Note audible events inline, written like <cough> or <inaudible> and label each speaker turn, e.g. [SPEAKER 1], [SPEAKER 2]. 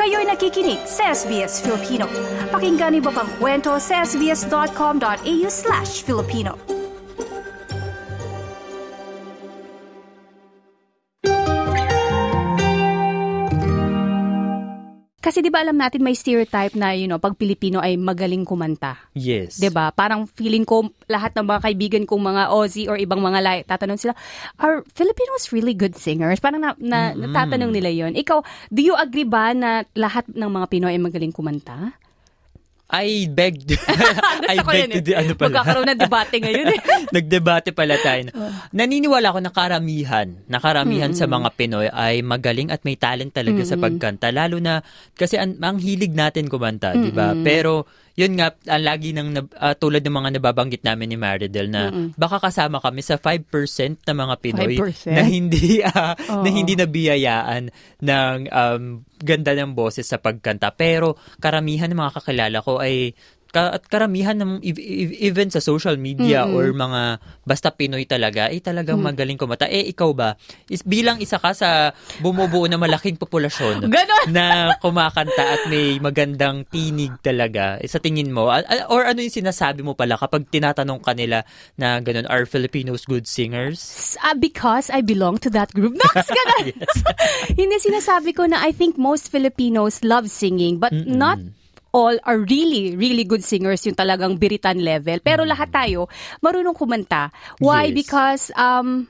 [SPEAKER 1] Kayo'y nakikinig sa SBS Filipino. Pakinggan niyo pa ang kwento sa sbs.com.au slash Filipino. Kasi di ba alam natin may stereotype na you know, pag Pilipino ay magaling kumanta.
[SPEAKER 2] Yes.
[SPEAKER 1] 'Di ba? Diba? Parang feeling ko lahat ng mga kaibigan kong mga Aussie or ibang mga lahi, tatanong sila, are Filipinos really good singers? Parang na, na, natatanong nila 'yon. Ikaw, do you agree ba na lahat ng mga Pinoy ay magaling kumanta?
[SPEAKER 2] I <laughs> begged. I
[SPEAKER 1] Gusto ko
[SPEAKER 2] begged
[SPEAKER 1] yun
[SPEAKER 2] to
[SPEAKER 1] eh.
[SPEAKER 2] di, ano pala.
[SPEAKER 1] Magkakaroon ng debate ngayon
[SPEAKER 2] <laughs>
[SPEAKER 1] eh.
[SPEAKER 2] Nagdebate pala tayo. Naniniwala ako na karamihan, na karamihan sa mga Pinoy ay magaling at may talent talaga sa pagkanta. Lalo na, kasi ang, ang hilig natin kumanta, di ba? Pero, yun nga, ang lagi ng, nab- ah, tulad ng mga nababanggit namin ni Maridel na baka kasama kami sa 5% na mga Pinoy
[SPEAKER 1] 5%?
[SPEAKER 2] na hindi ah,
[SPEAKER 1] Oo.
[SPEAKER 2] na hindi nabiyayaan ng um, ganda ng boses sa pagkanta. Pero karamihan ng mga kakilala ko ay ka- at karamihan ng ev- ev- even sa social media or mga basta Pinoy talaga
[SPEAKER 1] Mm.
[SPEAKER 2] ay talagang magaling kumata. Eh ikaw ba? Is bilang isa ka sa bumubuo na malaking populasyon
[SPEAKER 1] <laughs> Ganon!
[SPEAKER 2] na kumakanta at may magandang tinig talaga. Eh, Sa tingin mo a- a- or ano yung sinasabi mo pala kapag tinatanong kanila na ganun are Filipinos good singers? <laughs>
[SPEAKER 1] Ah, because I belong to that group. Nox, ganun. <laughs> Hindi sinasabi ko na I think most Filipinos love singing but not all are really, really good singers yung talagang biritan level. Pero lahat tayo marunong kumanta. Why?
[SPEAKER 2] Yes.
[SPEAKER 1] Because um